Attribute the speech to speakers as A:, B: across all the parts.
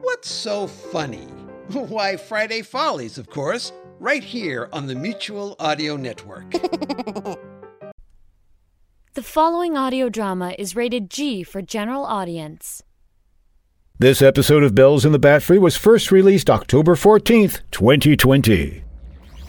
A: What's so funny? Why, Friday Follies, of course, right here on the Mutual Audio Network.
B: The following audio drama is rated G for general audience.
C: This episode of Bells in the Bat Free was first released October 14th, 2020.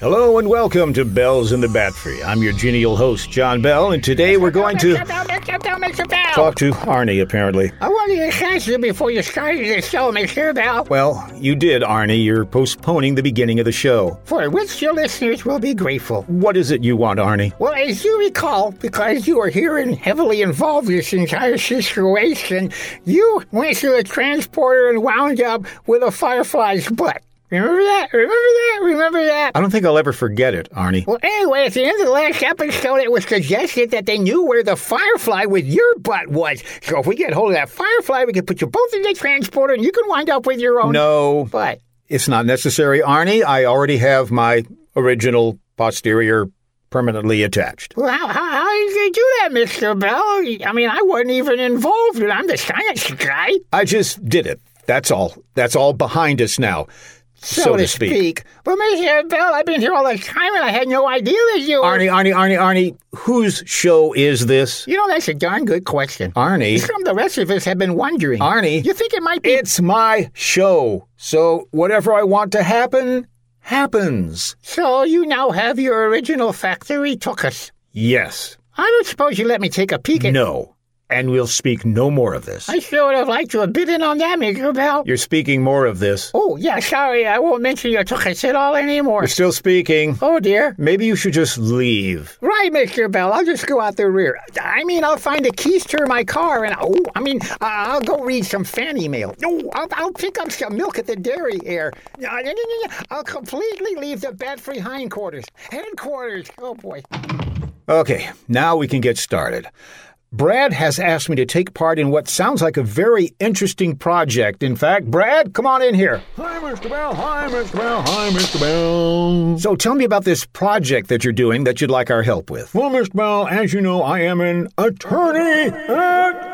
C: Hello and welcome to Bells in the Bat Free. I'm your genial host, John Bell, and today we're going to talk to Arnie, apparently.
D: I wanted to catch you before you started the show, Mr. Bell,
C: Well, you did, Arnie. You're postponing the beginning of the show.
D: for which your listeners will be grateful.
C: What is it you want, Arnie?
D: Well, as you recall, because you were here and heavily involved in this entire situation, you went to the transporter and wound up with a firefly's butt. Remember that? Remember that? Remember that?
C: I don't think I'll ever forget it, Arnie.
D: Well, anyway, at the end of the last episode, it was suggested that they knew where the firefly with your butt was. So if we get hold of that firefly, we can put you both in the transporter and you can wind up with your own
C: No,
D: butt.
C: it's not necessary, Arnie. I already have my original posterior permanently attached.
D: Well, how, how, how did they do that, Mr. Bell? I mean, I wasn't even involved, and I'm the science guy,
C: I just did it. That's all. That's all behind us now, so,
D: so,
C: to speak.
D: But, Mr. Bell, I've been here all this time, and I had no idea that you were-
C: Arnie, Arnie, Arnie, Arnie, whose show is this?
D: You know, that's a darn good question.
C: Arnie,
D: Some of the rest of us have been wondering.
C: Arnie,
D: You think it might be.
C: it's my show. So whatever I want to happen, happens.
D: so you now have your original factory tuckus.
C: Yes.
D: I don't suppose you let me take a peek at.
C: No. And we'll speak no more of this.
D: I sure would have liked to have bid in on that, Mr. Bell.
C: You're speaking more of this.
D: oh, yeah, sorry, I won't mention your tuckus at all anymore.
C: You're still speaking.
D: oh, dear.
C: Maybe you should just leave.
D: Right, Mr. Bell. I'll just go out the rear. I mean, I'll find the keys to my car, and oh, I mean, uh, I'll go read some fan mail. No, I'll, I'll pick up some milk at the dairy here. Uh, no, no, no, no. I'll completely leave the bat-free hindquarters. Headquarters. Oh boy.
C: Okay, now we can get started. Brad has asked me to take part in what sounds like a very interesting project. In fact, Brad, come on in here.
E: Hi, Mr. Bell. Hi, Mr. Bell. Hi, Mr. Bell.
C: So tell me about this project that you're doing that you'd like our help with.
E: Well, Mr. Bell, as you know, I am an attorney at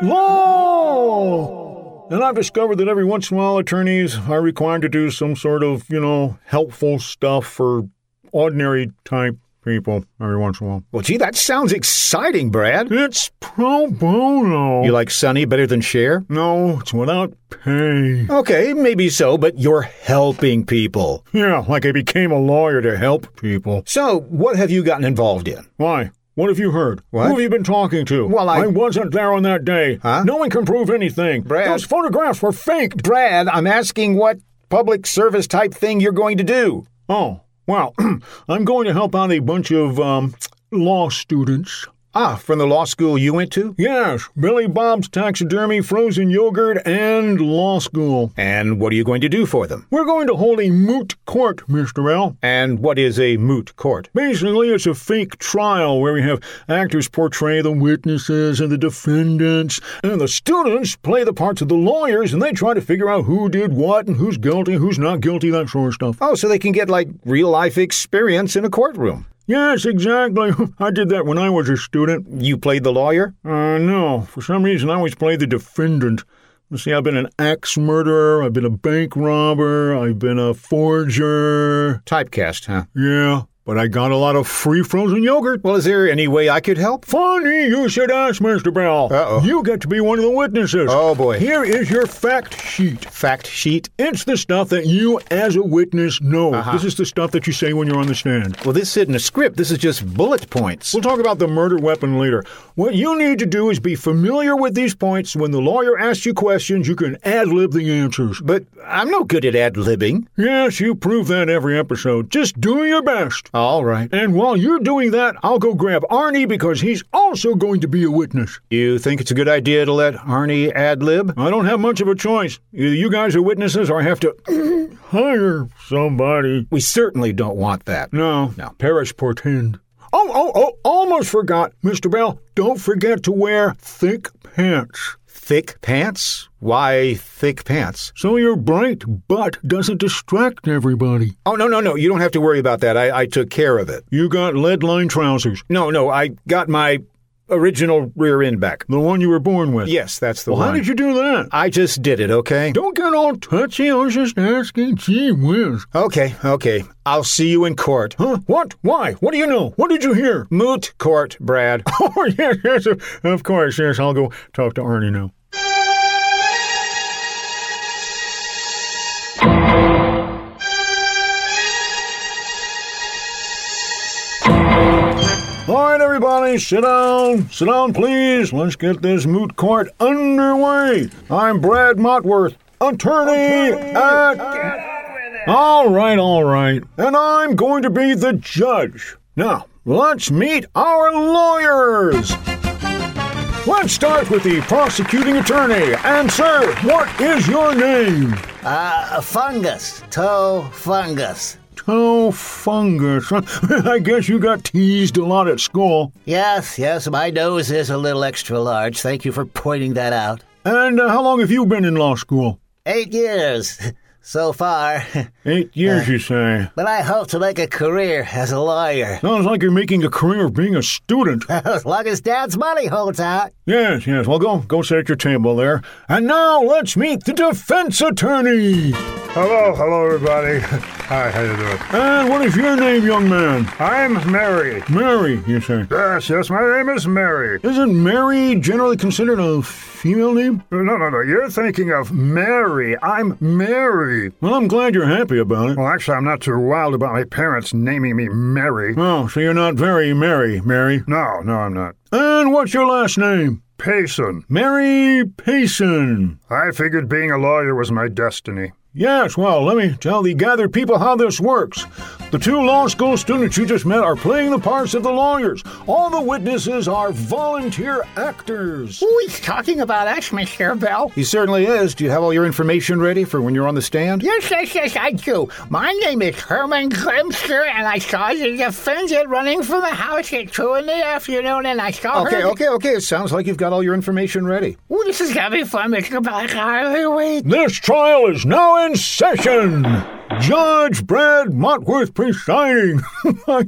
E: law. And I've discovered that every once in a while, attorneys are required to do some sort of, you know, helpful stuff for ordinary type people every once in a while.
C: Well, gee, that sounds exciting, Brad.
E: It's pro bono.
C: You like Sonny better than Cher?
E: no, it's without pay.
C: Okay, maybe so, but you're helping people.
E: Yeah, like I became a lawyer to help people.
C: So, what have you gotten involved in?
E: Why? What have you heard?
C: What?
E: Who have you been talking to?
C: Well, I-
E: wasn't there on that day.
C: Huh?
E: No one can prove anything.
C: Brad.
E: Those photographs were faked.
C: Brad, I'm asking what public service type thing you're going to do.
E: Oh, well, I'm going to help out a bunch of um, law students.
C: Ah, from the law school you went to?
E: Yes, Billy Bob's Taxidermy, Frozen Yogurt, and Law School.
C: And what are you going to do for them?
E: We're going to hold a moot court, Mr. Bell.
C: And what is a moot court?
E: Basically, it's a fake trial where we have actors portray the witnesses and the defendants, and the students play the parts of the lawyers, and they try to figure out who did what and who's guilty, who's not guilty, that sort of stuff.
C: Oh, so they can get like real life experience in a courtroom.
E: Yes, exactly. I did that when I was a student.
C: You played the lawyer?
E: Uh, no, for some reason, I always play the defendant. Let's see, I've been an axe murderer, I've been a bank robber, I've been a forger.
C: Typecast, huh?
E: Yeah, but I got a lot of free frozen yogurt.
C: Well, is there any way I could help?
E: Funny you should ask, Mr. Bell.
C: Uh-oh.
E: You get to be one of the witnesses.
C: Oh, boy.
E: Here is your fact sheet.
C: Fact sheet.
E: It's the stuff that you, as a witness, know.
C: Uh-huh.
E: This is the stuff that you say when you're on the stand.
C: Well, this isn't a script. This is just bullet points.
E: We'll talk about the murder weapon later. What you need to do is be familiar with these points. When the lawyer asks you questions, you can ad lib the answers.
C: But I'm no good at ad libbing.
E: Yes, you prove that every episode. Just do your best.
C: All right.
E: And while you're doing that, I'll go grab Arnie because he's also going to be a witness.
C: You think it's a good idea to let Arnie ad lib?
E: I don't have much of a choice. Either you guys are witnesses or I have to hire somebody.
C: We certainly don't want that.
E: No.
C: No.
E: Paris portend. Oh, oh, oh, almost forgot. Mr. Bell, don't forget to wear thick pants.
C: Thick pants? Why thick pants?
E: So your bright butt doesn't distract everybody.
C: Oh, no, no, no. You don't have to worry about that. I, I took care of it.
E: You got lead line trousers.
C: No, no. I got my original rear end back.
E: The one you were born with.
C: Yes, that's the
E: Well,
C: one.
E: how did you do that?
C: I just did it, okay?
E: Don't get all touchy. I was just asking. Gee whiz.
C: Okay, okay. I'll see you in court.
E: Huh? What? Why? What do you know? What did you hear?
C: Moot court, Brad.
E: Oh, yes, yes, of- of course, yes. I'll go talk to Arnie now. All right, everybody, sit down. Sit down, please. Let's get this moot court underway. I'm Brad Motworth, attorney, at all right, all right. And I'm going to be the judge. Now, let's meet our lawyers. Let's start with the prosecuting attorney. And, sir, what is your name?
F: Uh, fungus. Toe fungus.
E: Toe fungus. I guess you got teased a lot at school.
F: Yes, yes, my nose is a little extra large. Thank you for pointing that out.
E: And uh, how long have you been in law school?
F: Eight years so far,
E: Eight years, you say.
F: Uh, but I hope to make a career as a lawyer.
E: Sounds like you're making a career of being a student.
F: as long as Dad's money holds out.
E: Yes, yes. Well, go go sit at your table there. And now let's meet the defense attorney.
G: Hello, hello, everybody. Hi, how you doing?
E: And what is your name, young man?
G: I'm Mary.
E: Mary, you say.
G: Yes, yes, my name is Mary.
E: Isn't Mary generally considered a female name?
G: Uh, No, no, no, you're thinking of Mary. I'm Mary.
E: Well, I'm glad you're happy about it.
G: Well, actually, I'm not too wild about my parents naming me Mary.
E: Oh, so you're not very merry, Mary.
G: No, no, I'm not.
E: And what's your last name?
G: Payson.
E: Mary Payson.
G: I figured being a lawyer was my destiny.
E: Yes, well, let me tell the gathered people how this works. The two law school students you just met are playing the parts of the lawyers. All the witnesses are volunteer actors.
D: Who is talking about us, Mr. Bell?
C: He certainly is. Do you have all your information ready for when you're on the stand?
D: Yes, yes, yes, I do. My name is Herman Grimster, and I saw the defendant running from the house at 2 in the afternoon, and I saw
C: Okay,
D: her...
C: okay, okay. It sounds like you've got all your information ready.
D: Ooh, this is gonna be fun, Mr. Bell. I can't really wait.
E: This trial is now in session. Judge Brad Motworth presiding. I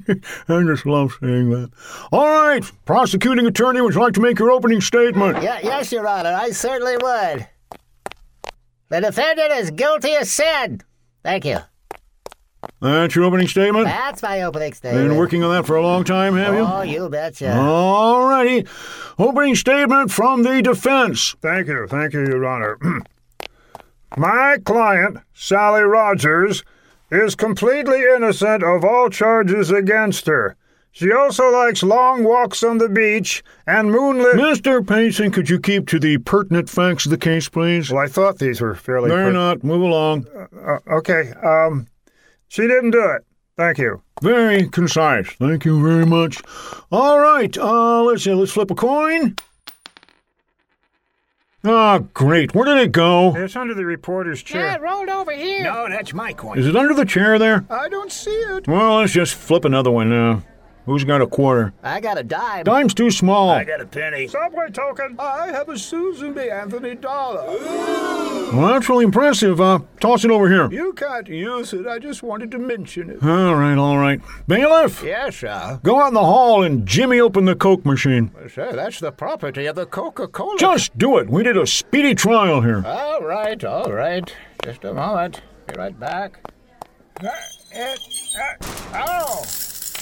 E: just love saying that. All right, prosecuting attorney, would you like to make your opening statement?
F: Yeah, yes, Your Honor, I certainly would. The defendant is guilty of sin. Thank you.
E: That's your opening statement?
F: That's my opening statement.
E: Been working on that for a long time, have you?
F: Oh, you betcha.
E: All righty. Opening statement from the defense.
G: Thank you, thank you, Your Honor. My client, Sally Rogers, is completely innocent of all charges against her. She also likes long walks on the beach and moonlit.
E: Mr. Payson, could you keep to the pertinent facts of the case, please?
G: Well, I thought these were fairly.
E: They're
G: quick.
E: not. Move along.
G: Okay. Um, she didn't do it. Thank you.
E: Very concise. Thank you very much. All right, uh, let's see. Let's flip a coin. Ah, great. Where did it go?
G: It's under the reporter's
D: Yeah, it
G: chair.
D: rolled over here.
F: No, that's my coin.
E: Is it under the chair there?
D: I don't see it.
E: Well, let's just flip another one now. Who's got a quarter?
F: I got a dime.
E: Dime's too small.
F: got a penny.
G: Subway token.
D: I have a Susan B. Anthony dollar.
E: Well, that's really impressive. Uh, toss it over here.
D: You can't use it. I just wanted to mention it.
E: All right, all right. Bailiff,
D: Yes, sir.
E: go out in the hall and jimmy open the Coke machine.
D: Sir, that's the property of the Coca-Cola.
E: Just do it. We did a speedy trial here.
D: All right, all right. Just a moment. Be right back. Uh, it- uh, oh,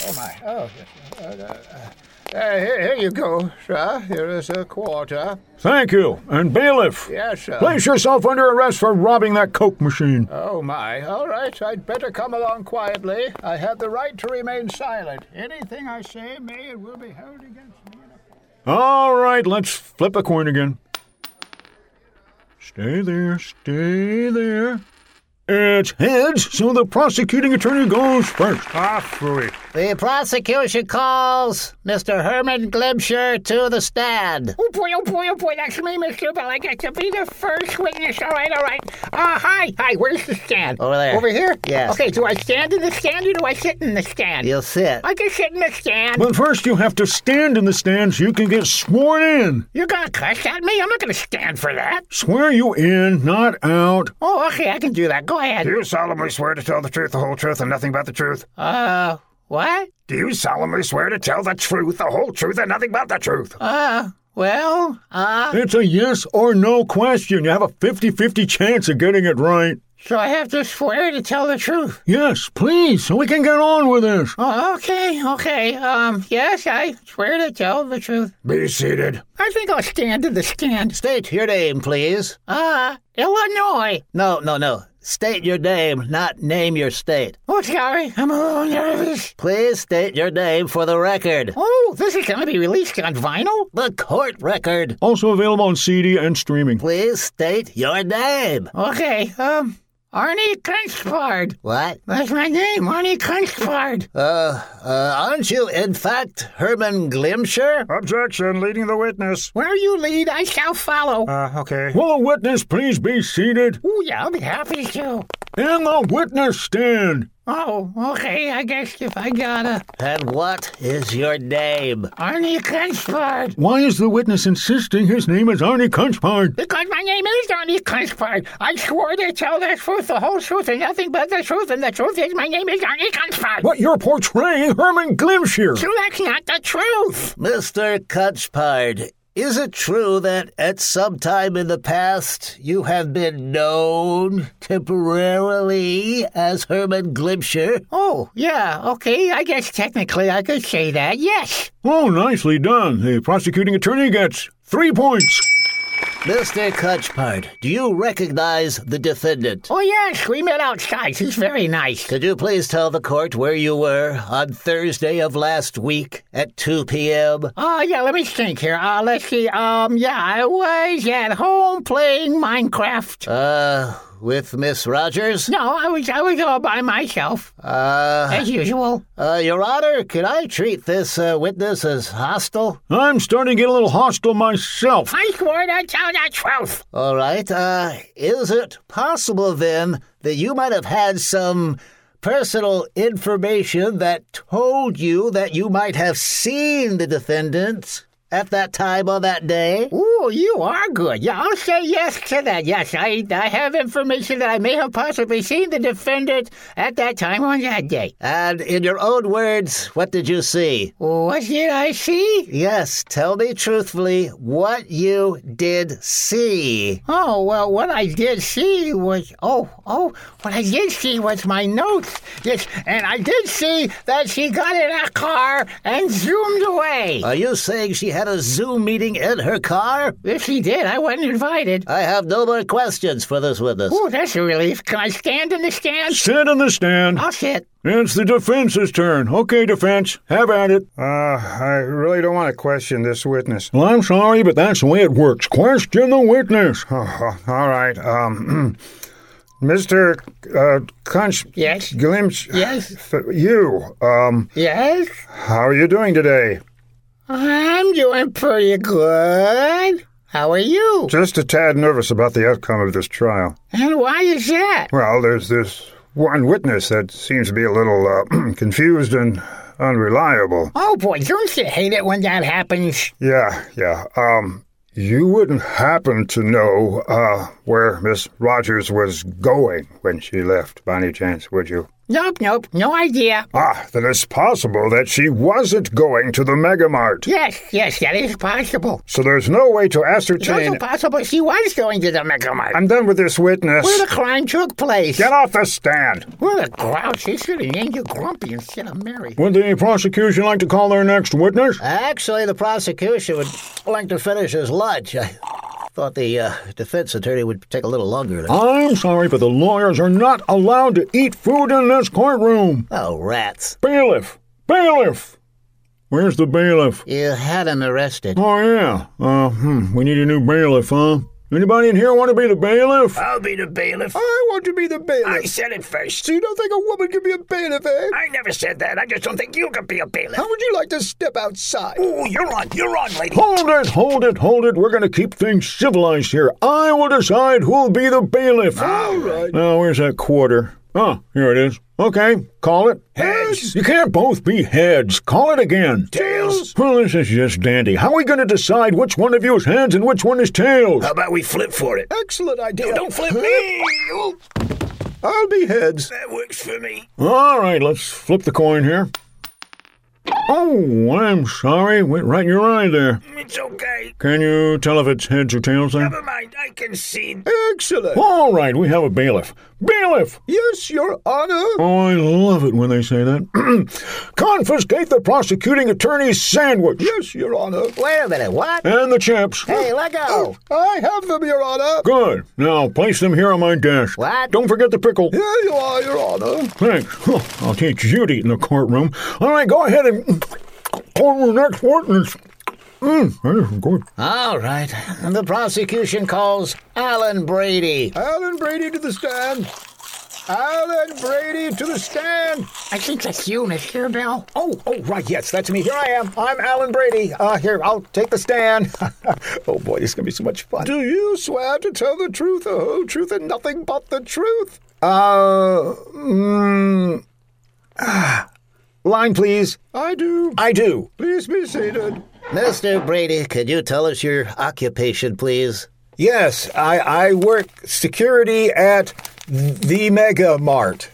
D: oh my. Oh, uh, uh, uh, here, here you go, sir. Here is a quarter.
E: Thank you. And bailiff,
D: Yes, sir.
E: place yourself under arrest for robbing that Coke machine.
D: Oh my. All right, I'd better come along quietly. I have the right to remain silent. Anything I say may and will be held against me.
E: All right, let's flip a coin again. Stay there, stay there. It's heads, so the prosecuting attorney goes first.
G: Ah, phooey.
F: The prosecution calls Mr. Herman Glimsher to the stand.
D: Oh boy, oh boy, oh boy, that's me, Mr. Bell. I got to be the first witness. All right, all right. Uh, hi, hi, where's the stand?
F: Over there.
D: Over here?
F: Yes.
D: Okay, do I stand in the stand or do I sit in the stand?
F: You'll sit.
D: I can sit in the stand.
E: But first, you have to stand in the stands. You can get sworn in.
D: You're gonna cuss at me? I'm not gonna stand for that.
E: Swear you in, not out.
D: Oh, okay, I can do that. Go ahead.
G: Do you solemnly swear to tell the truth, the whole truth, and nothing but the truth?
F: Uh, what?
G: Do you solemnly swear to tell the truth, the whole truth, and nothing but the truth?
F: Uh, well, uh,
E: It's a yes or no question. You have a 50 50 chance of getting it right.
F: so I have to swear to tell the truth.
E: Yes, please, so we can get on with this.
F: Oh, okay, okay. Um, yes, I swear to tell the truth.
G: Be seated.
D: I think I'll stand in the stand.
F: State your name, please.
D: Uh, Illinois.
F: No, no, no. State your name, not name your state.
D: Oh, sorry, I'm a little nervous.
F: Please state your name for the record.
D: Oh, this is gonna be released on vinyl?
F: The court record.
E: Also available on CD and streaming.
F: Please state your name.
D: Okay, um, Arnie Kunstpard.
F: What?
D: That's my name, Arnie Kunstpard.
F: Uh, uh, aren't you, in fact, Herman Glimsher?
G: Objection, leading the witness.
D: Where you lead, I shall follow.
G: Uh, okay.
E: Will the witness please be seated
D: Oh, yeah, I'll be happy to.
E: in the witness stand?
D: Oh, okay, I guess if I gotta.
F: And what is your name?
D: Arnie Kunstpard.
E: Why is the witness insisting his name is Arnie Kunchpard?
D: Because my name is Arnie Kunstpard. I swore to tell the truth, the whole truth, and nothing but the truth, and the truth is my name is Arnie Kunstpard.
E: But you're portraying Herman Glimsher.
D: So that's not the truth.
F: Mr. Cutchpard, is it true that at some time in the past you have been known temporarily as Herman Glimsher?
D: Oh, yeah, okay, I guess technically I could say that, yes.
E: Oh, nicely done. The prosecuting attorney gets three points.
F: Mr. Cutchpard, do you recognize the defendant?
D: Oh, yes, we met outside. He's very nice.
F: Could you please tell the court where you were on Thursday of last week at 2 p.m.?
D: Oh, yeah, let me think here. Uh, let's see. Um, yeah, I was at home playing Minecraft.
F: Uh, with Miss Rogers?
D: No, I was I was all by myself,
F: Uh,
D: as usual.
F: uh, Your Honor, could I treat this uh, witness as hostile?
E: I'm starting to get a little hostile myself.
D: I swore to tell the truth.
F: All right. Uh, is it possible then that you might have had some personal information that told you that you might have seen the defendant at that time on that day?
D: Ooh, you are good. Yeah, I'll say yes to that. Yes, I I have information that I may have possibly seen the defendant at that time on that day.
F: And in your own words, what did you see?
D: What did I see?
F: Yes, tell me truthfully what you did see.
D: Oh, well, what I did see was, oh, oh, what I did see was my notes. Yes, and I did see that she got in a car and zoomed away.
F: Are you saying she had a Zoom meeting in her car?
D: if she did, I wasn't invited.
F: I have no more questions for this witness.
D: Oh, that's a relief. Can I stand in the stand? Oh,
E: Sit in the stand.
D: I'll sit.
E: It's the defense's turn. Okay, defense, have at it.
G: Uh, I really don't want to question this witness.
E: Well, I'm sorry, but that's the way it works. Question the witness.
G: Oh, all right. Um, Mr. Uh, Kunch
D: Yes.
G: Glimch.
D: Yes.
G: You. Um,
D: Yes.
G: how are you doing today?
D: I'm doing pretty good. How are you?
G: Just a tad nervous about the outcome of this trial.
D: And why is that?
G: Well, there's this one witness that seems to be a little uh, confused and unreliable.
D: Oh, boy, don't you hate it when that happens?
G: Yeah, yeah. Um, you wouldn't happen to know uh, where Miss Rogers was going when she left, by any chance, would you?
D: Nope, nope, no idea.
G: Ah, then it's possible that she wasn't going to the Megamart.
D: Yes, yes, that is possible.
G: So there's no way to
D: It's also
G: ascertain.
D: possible she was going to the Megamart.
G: I'm done with this witness.
D: where the crime took place.
G: Get off the stand.
D: What a grouch. They should have named you Grumpy instead of Mary.
E: Would the prosecution like to call their next witness?
H: Uh,
F: Actually, the prosecution would like to finish his lunch. I thought the uh, defense attorney would take a little longer. To...
E: I'm sorry, but the lawyers are not allowed to eat food in this courtroom.
F: Oh, rats.
E: Bailiff! Bailiff! Where's the bailiff?
F: You had him arrested.
E: Oh, yeah. Uh, hmm, we need a new bailiff, huh? Anybody in here want to be the bailiff?
D: I'll be the bailiff.
E: I want to be the
D: I
E: bailiff.
D: said it first.
E: So you don't think a woman can be a bailiff, eh?
D: I never said that. I just don't think you could be a bailiff.
E: How would you like to step outside?
D: Ooh, you're on. You're on, lady.
E: Hold it, hold it, hold it. We're going to keep things civilized here. I will decide who'll be the bailiff.
H: Ah,
E: All right. Now, where's that quarter? Oh, here it is. Okay, call it.
D: Heads.
E: You can't both be heads. Call it again.
D: Tails.
E: Well, this is just dandy. How are we going to decide which one of you is heads and which one is tails?
D: How about we flip for it?
E: Excellent idea.
D: No, don't flip me. Ooh,
E: I'll be heads.
D: that works for me.
E: All right, let's flip the coin here. Oh, I'm sorry. Went right in your eye there.
D: It's okay.
E: Can you tell if it's heads or tails there?
D: Never mind. I concede.
H: Excellent.
E: All right, we have a bailiff. Bailiff!
H: Yes, Your Honor.
E: Oh, I love it when they say that. Confiscate the prosecuting attorney's sandwich
H: Yes, Your Honor.
F: Wait a minute, what?
E: and the chips.
F: Hey, let go.
H: I have them, Your Honor.
E: Good. Now place them here on my desk.
F: What?
E: Don't forget the pickle.
H: Here you are, Your Honor.
E: Thanks. Huh, I'll teach you to eat in the courtroom. All right, go ahead and order the next witness. Mm, that is good.
F: All right. The prosecution calls Alan Brady.
H: Alan Brady to the stand. Alan Brady to the stand.
D: I think that's you, Mr. Bell.
H: Oh, oh, right, yes, that's me. Here I am. I'm Alan Brady. Uh, here, I'll take the stand. oh, boy, this is going to be so much fun. Do you swear to tell the truth, the whole truth, and nothing but the truth? Uh, mm,
E: Line, please.
H: I do.
E: I do.
H: Please be seated.
F: Mr. Brady, could you tell us your occupation, please?
H: Yes, I, I work security at the Mega Mart.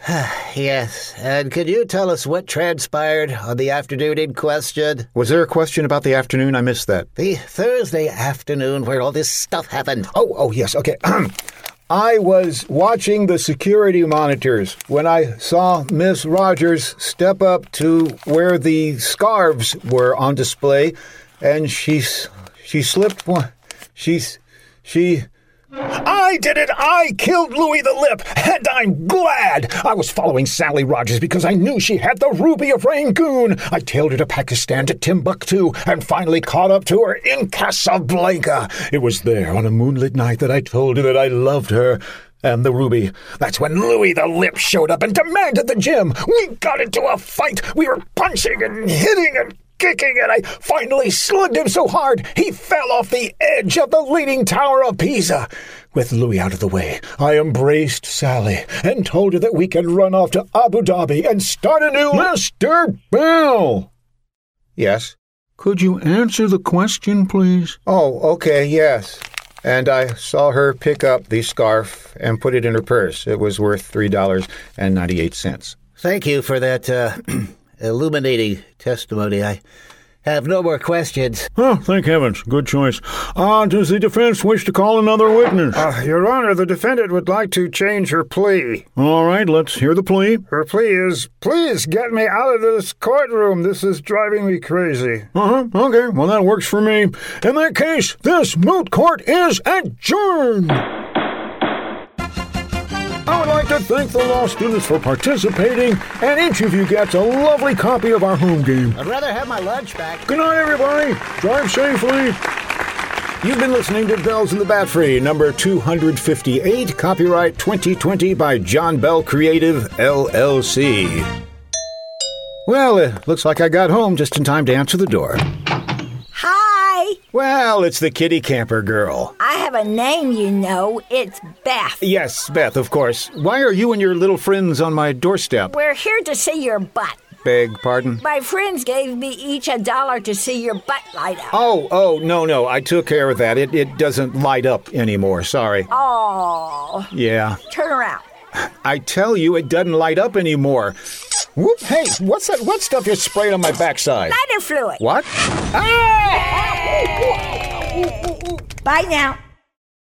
F: Yes. And could you tell us what transpired on the afternoon in question?
H: Was there a question about the afternoon? I missed that.
F: The Thursday afternoon where all this stuff happened.
H: Oh, oh, yes, okay. I was watching the security monitors when I saw Miss Rogers step up to where the scarves were on display, and she s- she slipped one. She's she.
G: I did it! I killed Louis the Lip, and I'm glad! I was following Sally Rogers because I knew she had the Ruby of Rangoon. I tailed her to Pakistan, to Timbuktu, and finally caught up to her in Casablanca. It was there on a moonlit night that I told her that I loved her. And the ruby. That's when Louis the Lip showed up and demanded the gem. We got into a fight. We were punching and hitting and kicking, and I finally slugged him so hard he fell off the edge of the Leaning Tower of Pisa. With Louis out of the way, I embraced Sally and told her that we could run off to Abu Dhabi and start a new.
E: Mr. Bell!
H: Yes.
E: Could you answer the question, please?
H: Oh, okay, yes. And I saw her pick up the scarf and put it in her purse. It was worth three dollars and ninety-eight cents.
F: Thank you for that uh, illuminating testimony. I have no more questions.
E: Oh, thank heavens. Good choice. Ah, does the defense wish to call another witness?
G: Uh, Your Honor, the defendant would like to change her plea.
E: All right, let's hear the plea.
G: Her plea is, please get me out of this courtroom. This is driving me crazy.
E: Uh huh. Okay. Well, that works for me. In that case, this moot court is adjourned. I would like to thank the law students for participating, and each of you gets a lovely copy of our home game.
F: I'd rather have my lunch back.
E: Good night, everybody. Drive safely.
C: You've been listening to Bells in the Bat Free, number 258, copyright 2020 by John Bell Creative, LLC. Well, it looks like I got home just in time to answer the door.
I: Hi!
C: Well, it's the kitty camper girl.
I: I have a name, you know. It's Beth.
C: Yes, Beth, of course. Why are you and your little friends on my doorstep?
I: We're here to see your butt.
C: Beg pardon?
I: My friends gave me each a dollar to see your butt light up.
C: Oh, oh, no, no, I took care of that. It, it doesn't light up anymore, sorry.
I: Oh,
C: Yeah.
I: turn around.
C: I tell you, it doesn't light up anymore. Whoop, hey, what's that wet stuff you're spraying on my backside?
I: Lighter fluid.
C: What?
I: Bye now.